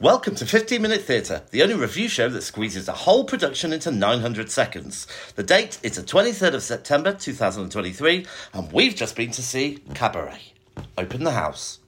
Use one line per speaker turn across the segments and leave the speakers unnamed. Welcome to 15 Minute Theatre, the only review show that squeezes a whole production into 900 seconds. The date is the 23rd of September 2023, and we've just been to see Cabaret. Open the house.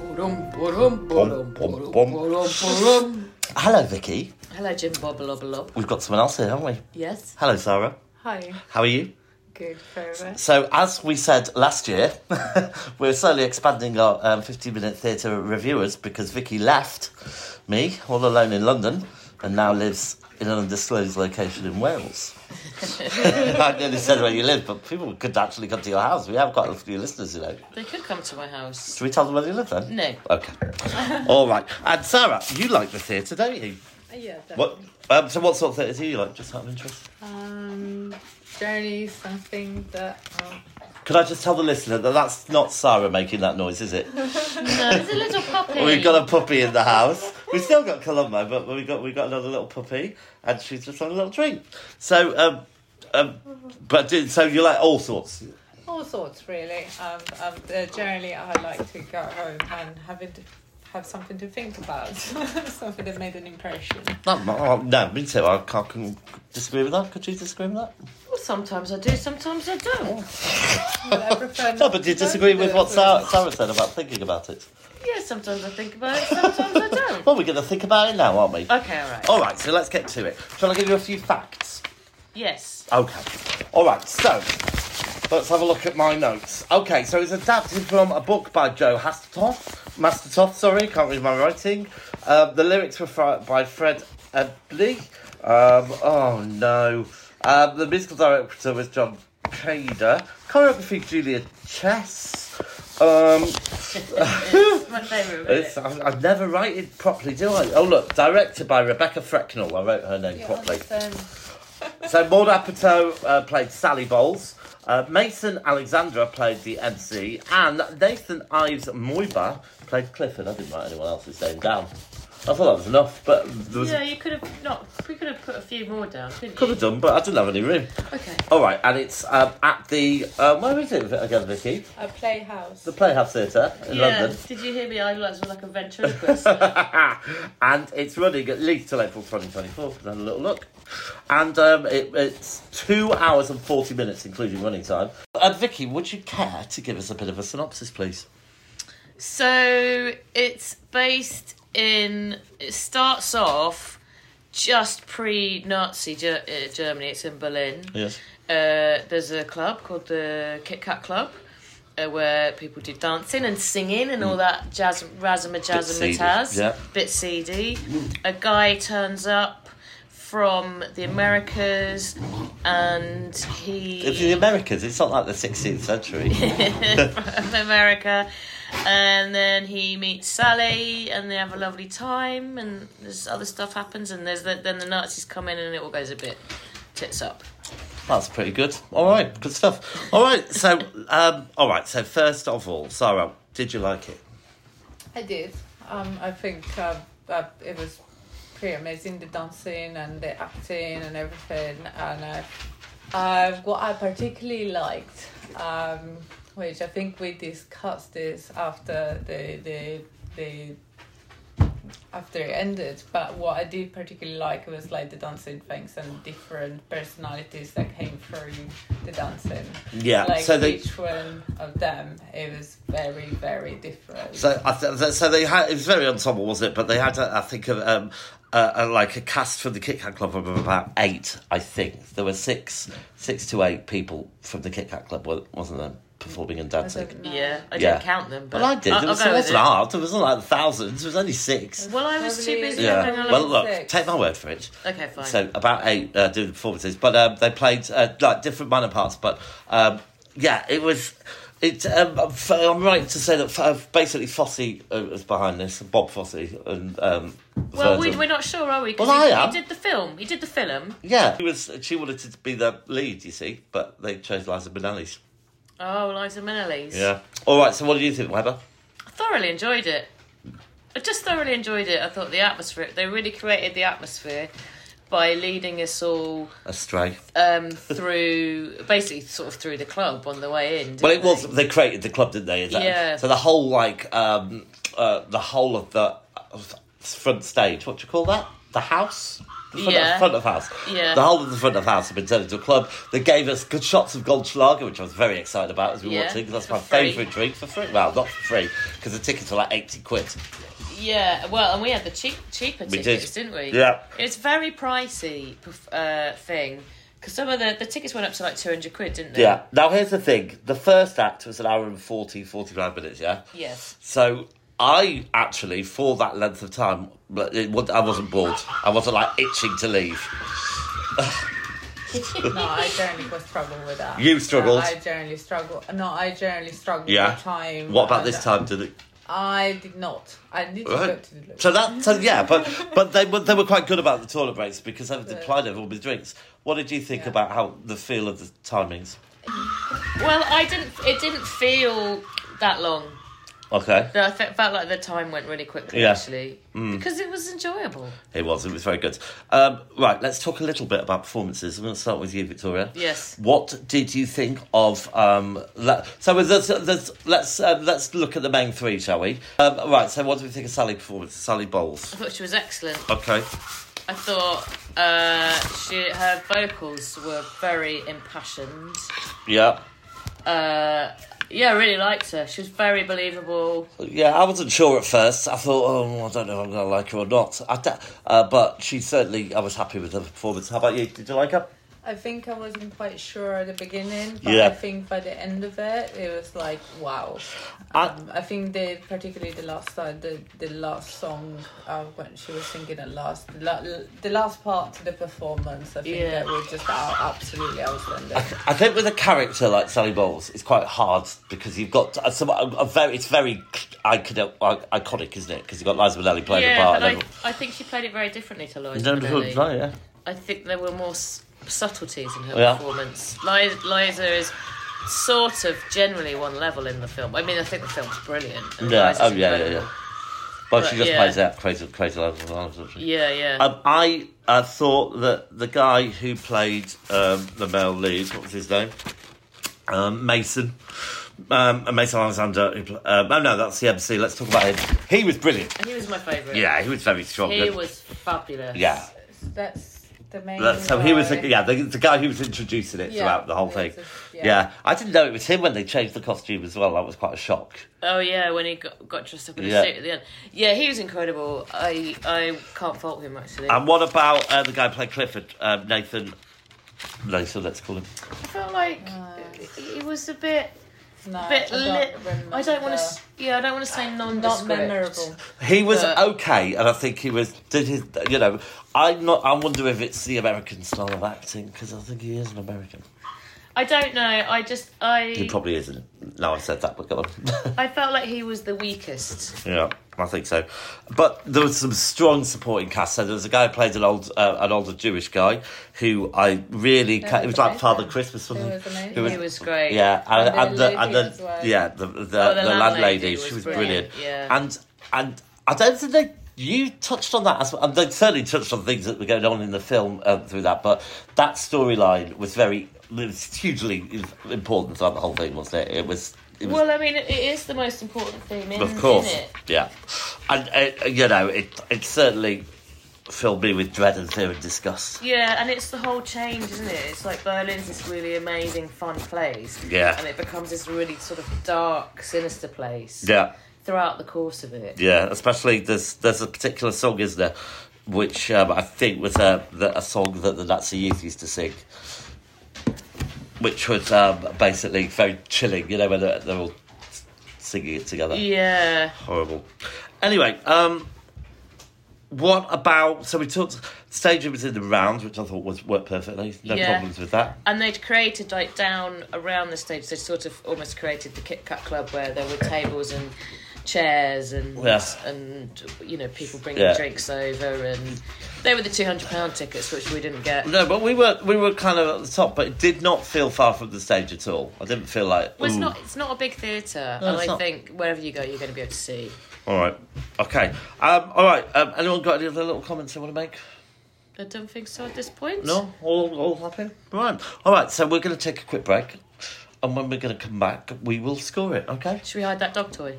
Ba-dum,
Bum,
ba-dum, ba-dum,
bum,
ba-dum,
bum.
ba-dum, ba-dum.
Hello, Vicky.
Hello, Jim Bob Lob Lob.
We've got someone else here, haven't we?
Yes.
Hello, Sarah.
Hi.
How are you?
Good, very much.
So, as we said last year, we're slowly expanding our um, 15 minute theatre reviewers because Vicky left me all alone in London and now lives in an undisclosed location in Wales. I nearly said where you live, but people could actually come to your house. We have quite a few listeners, you know.
They could come to my house.
Should we tell them where you live then?
No.
Okay. all right. And Sarah, you like the theatre, don't you?
Yeah, definitely.
What? Um, so, what sort of theatre do you like? Just out of interest.
Um, generally something that. Um,
Could I just tell the listener that that's not Sarah making that noise, is it?
No, there's a little puppy.
We've got a puppy in the house. We've still got Columbo, but we got we got another little puppy, and she's just on a little drink. So, um, um, but do- so you like all sorts.
all sorts, really. Um, um, uh, generally, I like to go home and have it. Have something to think about, something that made an impression.
Not, no, no, me too. I can't can disagree with that. Could you disagree with that?
Well, sometimes I do, sometimes I
Oh.
don't.
But I prefer
Um,
No,
not
but do
to
you
go
disagree
to
with
the
what
cinema.
Sarah, Sarah said about thinking about it?
Yeah, sometimes I think about it, sometimes I don't.
Well, we're going to think about it now, aren't we?
Okay, all right.
All right, so let's get to it. Shall I give you a few facts?
Yes.
Okay. All right. So let's have a look at my notes. Okay. So it's adapted from a book by Joe Hastertoff. Mastertoff, sorry, can't read my writing. Um, the lyrics were fr- by Fred Ebley. Um, oh no. Um, the musical director was John Cader. Choreography Julia Chess. Um,
It's my favourite
it's,
bit.
I, I never write it properly, do I? Oh look, directed by Rebecca Frecknell. I wrote her name
Yeah,
properly.
understand.
So Maud Apatow uh, played Sally Bowles. Uh, Mason Alexandra played the MC, and Nathan Ives Moiba played Clifford. I didn't write anyone else's name down. I thought that was enough, but there was
Yeah, you could have not. We could have put a few more down, couldn't
could
you?
have done, but I didn't have any room.
Okay.
All right, and it's um, at the um, where is it again, Vicky?
A playhouse.
The Playhouse Theatre in
yeah.
London.
Did you hear me? I was like a ventriloquist.
and it's running at least till April 2024. Can have a little look. And um, it, it's two hours and 40 minutes, including running time. And Vicky, would you care to give us a bit of a synopsis, please?
So it's based in. It starts off just pre-Nazi Ger- uh, Germany. It's in Berlin.
Yes.
Uh, there's a club called the Kit Kat Club. Uh, where people do dancing and singing and all that jazz, razzma
Mm. seedy,
jazzmatazz,
yeah.
bit seedy. A guy turns up from the Americas, and he
It's the Americas, it's not like the 16th century.
of America. And then he meets Sally, and they have a lovely time, and there's other stuff happens, and there's the, then the Nazis come in, and it all goes a bit tits up.
That's pretty good. All right, good stuff. All right, so, um, all right, so first of all, Sarah, did you like it?
I did. Um, I think uh, uh, it was pretty amazing the dancing and the acting and everything. And uh, uh, what I particularly liked, um, which I think we discussed this after the the the after it ended, but what I did particularly like was like the dancing things and different personalities that came through the dancing.
Yeah,
like
so they.
each one of them, it was very very different.
So, I th- th- so they had. It was very ensemble, was it? But they had, uh, I think, of um, uh, uh, like a cast from the Kit Kat Club of about eight. I think there were six, six to eight people from the Kit Kat Club, wa- wasn't there, performing and dancing?
don't know.
Yeah, I
Yeah.
didn't count them, but
Well, I did.
I'll,
There
I'll
was,
go
it
with
wasn't
it.
hard. There wasn't like thousands. There was only six.
Well, I was too busy
Yeah.
having a
Well,
look.
look,
six.
take my word for it.
Okay, fine.
So about eight uh, doing performances, but um, they played uh, like different minor parts. But um, yeah, it was. It, um, f- I'm right to say that f- uh, basically Fossey uh, was behind this, Bob Fossey, and um,
well, we,
Virgil.
we're not sure, are we? 'Cause
Well,
he,
I am.
he did the film. He did the film.
yeah, he was. She wanted to be the lead, you see, but they chose Liza Minnelli's.
Oh, Liza Minnelli's.
Yeah. All right. So, what do you think, Weber?
I thoroughly enjoyed it. I just thoroughly enjoyed it. I thought the atmosphere, they really created the atmosphere by leading us all
Astray.
um, through, basically sort of through the club on the way in. didn't
Well, it was
they?
they created the club, didn't they? Is that-
Yeah.
So the whole like um, uh, the whole of the of front stage. What do you call that? The house. The front,
Yeah.
of, front of house.
Yeah.
The whole of the front of house had been turned into a club. They gave us good shots of Goldschlager, which I was very excited about as we
Yeah,
walked in. 'cause that's
for
my
free.
favourite drink for free. Well, not for free because the tickets are like eighty quid.
Yeah, well, and we had the cheap, cheaper
We did.
tickets, did. not we?
Yeah.
It's very pricey perf- uh, thing because some of the the tickets went up to like two hundred quid, didn't they?
Yeah. Now here's the thing. The first act was an hour and 40, 45 minutes. Yeah.
Yes.
So I actually, for that length of time, but it, wa- I wasn't bored. I wasn't like itching to leave.
No, I generally was struggle with that.
You struggled.
I generally struggle. No, I generally struggle
Yeah.
with time.
What about
and
this time? Did it?
I did not. I did not go
Right.
to the loo.
So that, so yeah, but but they were they were quite good about the toilet breaks because they supplied everyone with drinks. What did you think
Yeah.
about how the feel of the timings?
Well, I didn't. It didn't feel that long.
Okay,
No, I fe- felt like the time went really quickly
Yeah. Mm.
actually because it was enjoyable.
it was it was very good. Um, right, let's talk a little bit about performances. I'm going to start with you, Victoria.
Yes.
What did you think of? Um, le- so there's, there's, let's uh, let's look at the main three, shall we? Um, right. So what do we think of Sally's performance? Sally Bowles.
I thought she was excellent.
Okay.
I thought uh, she her vocals were very impassioned.
Yeah.
Uh, yeah, I really liked her. She was very believable.
Yeah, I wasn't sure at first. I thought, oh, I don't know if I'm going to like her or not. I d- uh, but she certainly, I was happy with her performance. How about you? Did you like her?
I think I wasn't quite sure at the beginning, but
Yeah.
I think by the end of it, it was like wow.
I-
Um, I think the particularly the last uh, the the last song uh, when she was singing at last the, la- the last part to the performance. I think
Yeah.
that was just out absolutely outstanding.
I think with a character like Sally Bowles, it's quite hard because you've got a, some, a, a very, it's very iconic, iconic isn't it? Because you've got Liza Minnelli playing the
yeah,
part.
but
and
I, I think she played it very differently to Liza.
everyone-
Minnelli.
No, yeah.
I think there were more s- subtleties in her
Yeah.
performance. Liza, Liza is sort of generally one level in the film. I mean, I think the film's brilliant. and
Yeah,
Liza's
oh, yeah, yeah,
incredible.
yeah. But,
But,
she just
yeah.
plays out crazy, crazy Liza Minnelli. doesn't she?
yeah, yeah.
Um, I uh, thought that the guy who played um, the male lead, what was his name? Um, Mason. Um, Mason Alexander. Who pl- um, oh, no, that's the MC. Let's talk about him. He was brilliant.
he was my favourite.
Yeah, he was very strong.
he was fabulous.
Yeah.
That's the main.
That- so he was, the,
guy.
yeah, the, the guy who was introducing it
Yeah.
throughout the whole thing.
It's just-
Yeah.
yeah.
I didn't know it was him when they changed the costume as well. That was quite a shock.
Oh yeah, when he got, got dressed up in
Yeah.
a suit at the end. Yeah, he was incredible. I I can't fault him actually.
And what about uh, the guy who played Clifford, um, Nathan? Nathan, let's call him.
I felt like
Uh,
he was a bit
No,
bit
I
lit.
don't
I don't want
remember.
to. Yeah, I don't want to say
Not
nondescript.
memorable.
He was
But-
okay, and I think he was did his. You know, I'm not. I wonder if it's the American style of acting because I think he is an American.
I don't know. I just
He
I
probably isn't. No, I've said that, but go on.
I felt like he was the weakest.
yeah, I think so. But there was some strong supporting cast. So there was a guy who played an old, uh, an older Jewish guy who I really.
That
Ca- it
was
was like
amazing.
Father Christmas. Something.
was amazing.
Who
He was great.
Yeah, and, and
And
the,
the
and
lady
the
as well.
yeah the the,
the
the
landlady
landlady,
was
she was brilliant.
brilliant, yeah.
and and I don't think they you touched on that as well. and they certainly touched on things that were going on in the film uh, through that, but that storyline was very it was hugely important throughout the whole thing, wasn't it? It was. It was
Well, I mean, it it is the most important theme, in,
of course,
isn't Mm. it?
yeah, and uh, you know it. It certainly filled me with dread and fear and disgust.
Yeah, and it's the whole change, isn't it? It's like Berlin's this really amazing, fun place.
Yeah.
And it becomes this really sort of dark, sinister place
Yeah.
throughout the course of it.
Yeah, especially there's there's a particular song, isn't there, which um, I think was a the, a song that the Nazi youth used to sing, which was um, basically very chilling. You know, when they're, they're all singing it together.
Yeah.
Horrible. Anyway, um, what about? So we talked. Staging was in the round, which I thought was worked perfectly. No
Yeah.
problems with that.
And they'd created, like, down around the stage, they sort of almost created the Kit Kat Club where there were tables and chairs and
Yeah.
and you know people bringing
Yeah.
drinks over and they were the two hundred pound tickets which we didn't get.
No, but we were we were kind of at the top, but it did not feel far from the stage at all. I didn't feel like.
Well, it's
"Ooh."
not it's not a big theatre,
Mm. No,
and
it's
I
not.
think wherever you go, you're going to be able to see.
All right. Okay. Um, all right. Um, anyone got any other little comments they want to make?
I don't think so at this point.
No, all, all happy. Right. All right. So we're going to take a quick break, and when we're going to come back, we will score it. Okay.
Should we hide that dog toy?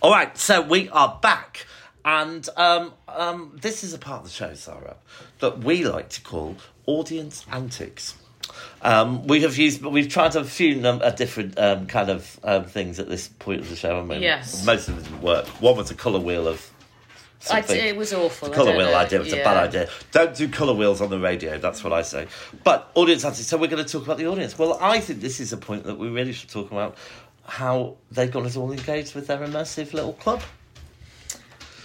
All right. So we are back, and um, um, this is a part of the show, Sarah, that we like to call audience antics. Um, we have used, we've tried a few num- uh, different um, kind of um, things at this point of the show. haven't we?
Yes.
most of them didn't work. One was a colour wheel of.
I d
something.
it was awful. I
Colour
don't
wheel
know.
idea. It's a
Yeah.
bad idea. Don't do colour wheels on the radio. That's what I say. But audience antics. So we're going to talk about the audience. Well, I think this is a point that we really should talk about how they got us all engaged with their immersive little club.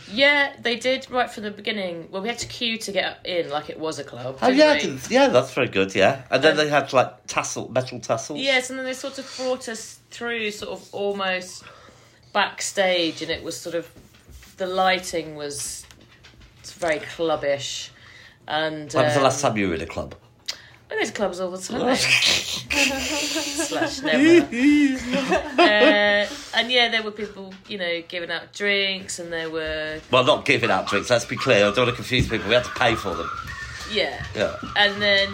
Yeah, they did right from the beginning. Well, we had to queue to get in, like it was a club.
Oh
didn't
yeah, I
we?
didn't- yeah, that's very good. Yeah, and then
Um,
they had like tassel, metal tassels.
Yes, and then they sort of brought us through, sort of almost backstage, and it was sort of the lighting was very clubbish. And
When was the
um,
last time you were in a club?
I go to clubs all the time. Slash never. uh, and yeah, there were people, you know, giving out drinks, and there were
Well, not giving out drinks. Let's be clear. I don't want to confuse people. We had to pay for them.
yeah,
Yeah.
and then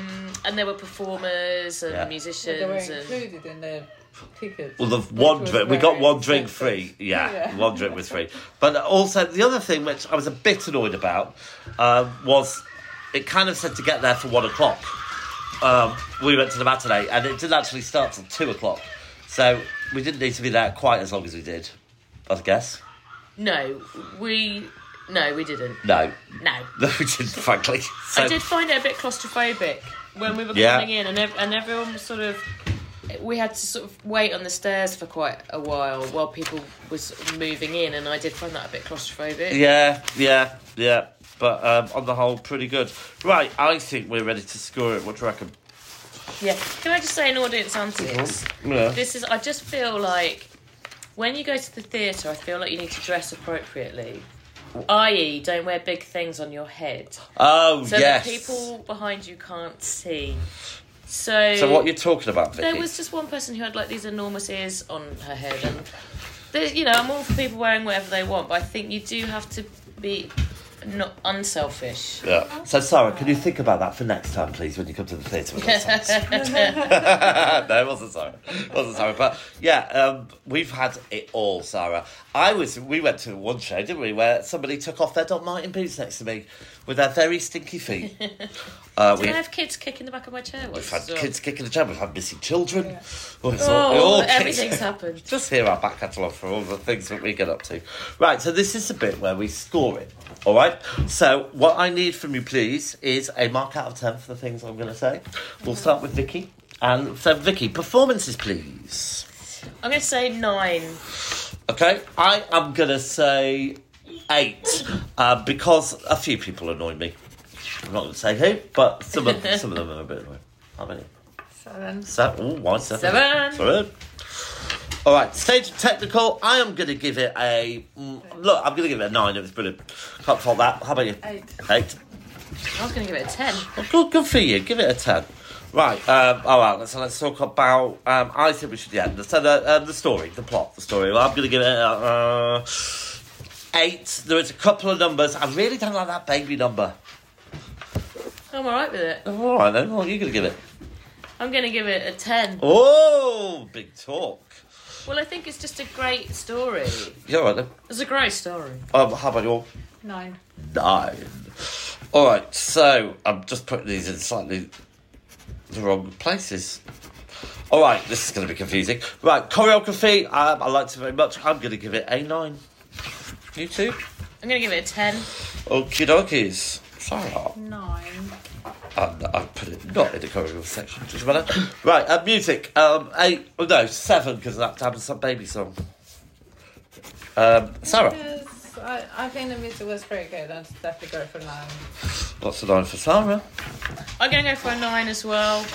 um, and there were performers and
Yeah.
musicians
They were
and
included in the tickets.
Well, the
which
one
was
drink, we
very
got one drink
expensive.
free. Yeah,
Yeah.
one drink was free. But also, the other thing which I was a bit annoyed about um, was it kind of said to get there for one o'clock. Um, we went to the matinee, and it didn't actually start till two o'clock. So we didn't need to be there quite as long as we did, I guess.
no, we no, we didn't.
No,
No,
no, we didn't, frankly. So,
I did find it a bit claustrophobic when we were
Yeah.
coming in, and ev- and everyone was sort of. We had to sort of wait on the stairs for quite a while while people was moving in, and I did find that a bit claustrophobic.
Yeah, yeah, yeah. But um, on the whole, pretty good. Right, I think we're ready to score it. What do you reckon?
Yeah. Can I just say an audience antics?
Yeah.
This is. I just feel like when you go to the theatre, I feel like you need to dress appropriately. I.e., don't wear big things on your head
Oh,
so
yes.
that people behind you can't see. So.
So what you're talking about, Vicky?
There was just one person who had like these enormous ears on her head, and there- you know, I'm all for people wearing whatever they want, but I think you do have to be not unselfish.
Yeah. So, Sarah, can you think about that for next time, please, when you come to the theatre with us? no, it wasn't Sarah. It wasn't Sarah. But yeah, um, we've had it all, Sarah. I was. We went to one show, didn't we, where somebody took off their Doc Martin boots next to me with their very stinky feet. Uh, we,
Did I have kids kicking the back of my chair?
we've
once
had
as well?
kids kicking the jam. We've had missing children.
Yeah.
Oh, it's all- it all
Oh,
kicks-
everything's happened.
just hear our back catalogue for all the things that we get up to. Right, so this is the bit where we score it. All right. So what I need from you, please, is a mark out of ten for the things I'm going to say. We'll start with Vicky. And so, Vicky, performances, please.
I'm going to say nine.
Okay, I am going to say eight uh, because a few people annoy me. I'm not going to say who, but some of, some of them are a bit annoying. How many?
Seven.
Seven. Ooh, why seven?
Seven.
Seven. All right, stage and technical. I am going to give it a mm, look. I'm going to give it a nine. It was brilliant. Can't fault that. How about you?
Eight.
Eight.
I was going to give it a ten.
Well, good, good for you. Give it a ten. Right. Um, all right. Let's let's talk about. Um, I think we should yeah. So the um, the story, the plot, the story. Well, I'm going to give it. A, uh, Eight. There is a couple of numbers. I really don't like that baby number.
I'm all right with it.
Oh, All right then. What are you going to give it?
I'm going to give it a ten.
Oh, big talk.
Well, I think it's just a great story.
Yeah, all right then.
It's a great story.
Um, how about your
Nine.
nine. All right, so I'm just putting these in slightly the wrong places. All right, this is going to be confusing. Right, choreography, um, I liked it very much. I'm going to give it a nine. You too?
I'm going to give it a ten.
Okie dokies. Sorry,
Nine.
I, I put it not in the choreography section. Doesn't matter. Right, uh, music. Um, eight. Oh, no, seven because that happened some baby song. Um, Sarah.
Yes, I, I I think the music was very good. I'd definitely go for nine.
Lots of nine for Sarah.
I'm gonna go for a nine as well.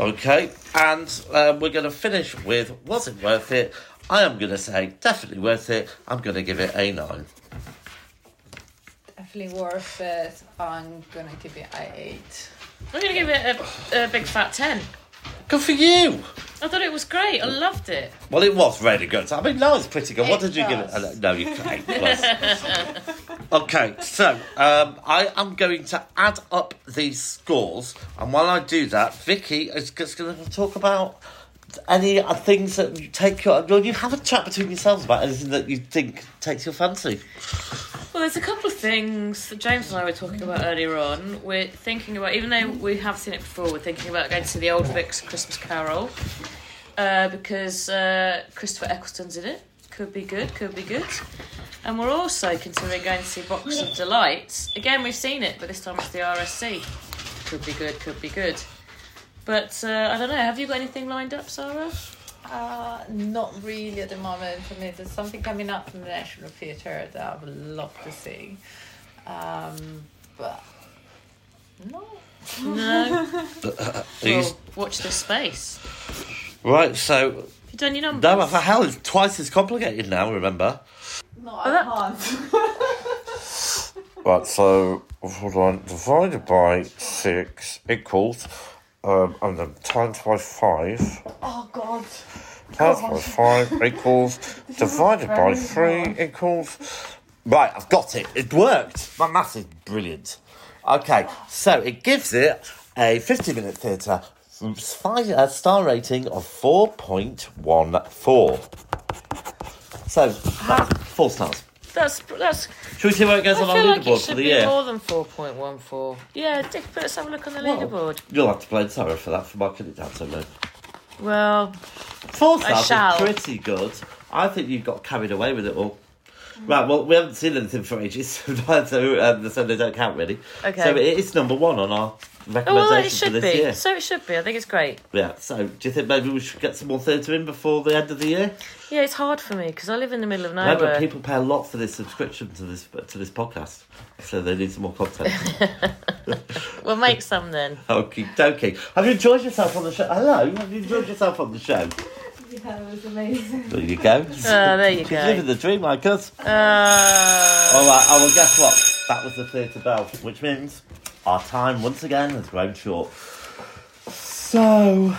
Okay, and um, we're going to finish with was it worth it? I am going to say definitely worth it. I'm going to give it a nine.
Definitely worth it. I'm gonna give it a eight.
I'm gonna give it a, a big fat ten.
Good for you.
I thought it was great. I loved it.
Well, it was really good. I mean, that was pretty good. what
Eight
did you give it?
plus.
Uh, No, you can't. okay, so um, I am going to add up these scores, and while I do that, Vicky is just going to talk about any uh, things that you take your. Well, you have a chat between yourselves about anything that you think takes your fancy.
Well, there's a couple of things that James and I were talking about earlier on. We're thinking about, even though we have seen it before, we're thinking about going to see the Old Vic's Christmas Carol uh, because uh, Christopher Eccleston's in it. Could be good, could be good. And we're also considering going to see Box of Delights. Again, we've seen it, but this time it's the RSC. Could be good, could be good. But uh, I don't know, have you got anything lined up, Sarah?
Uh, not really at the moment for me. There's something coming up from the National Theatre that I would love to see. Um, but no.
No.
Are you-
Well, watch this space.
Right, so
Have you done your numbers?
no, for hell, it's twice as complicated now. Remember.
No,
that-
I can't.
Right, so hold on. Divided by six equals, um, and then times by five.
Oh God.
Times
Oh.
by five equals. Divided by
very
three equals. Right, I've got it. It worked. My math is brilliant. Okay, so it gives it a fifty-minute theatre. Five, a star rating of 4.14. So, that's four stars.
That's, that's
Should we see where it goes on our
I feel like it
leaderboard for
should
the
be
year?
more than 4.14. Yeah, Dick, but let's have a look on the
Well-
leaderboard.
You'll have to blame Sarah for that, for marking it down so low.
Well,
Four
I
stars is
shall.
pretty good. I think you got carried away with it all. Right, well, we haven't seen anything for ages, so um, so they don't count really.
Okay.
So it is number one on our
oh,
recommendation
well, it
for
should
this
be.
year.
So it should be. I think it's great.
Yeah. So do you think maybe we should get some more theatre in before the end of the year?
Yeah, it's hard for me because I live in the middle of
Remember,
nowhere.
people pay a lot for this subscription to this to this podcast, so they need some more content.
We'll make some then.
Okie dokie. Have you enjoyed yourself on the show? Hello. Have you enjoyed yourself on the show?
Yeah, it was amazing.
There you go.
Oh, there you
She's living
go.
the dream like us.
Uh,
All right, oh, well, guess what? That was the theatre bell, which means our time once again has grown short. So,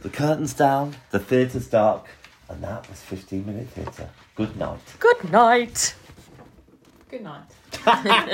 the curtain's down, the theatre's dark, and that was 15 Minute Theatre. Good night.
good night.
Good night.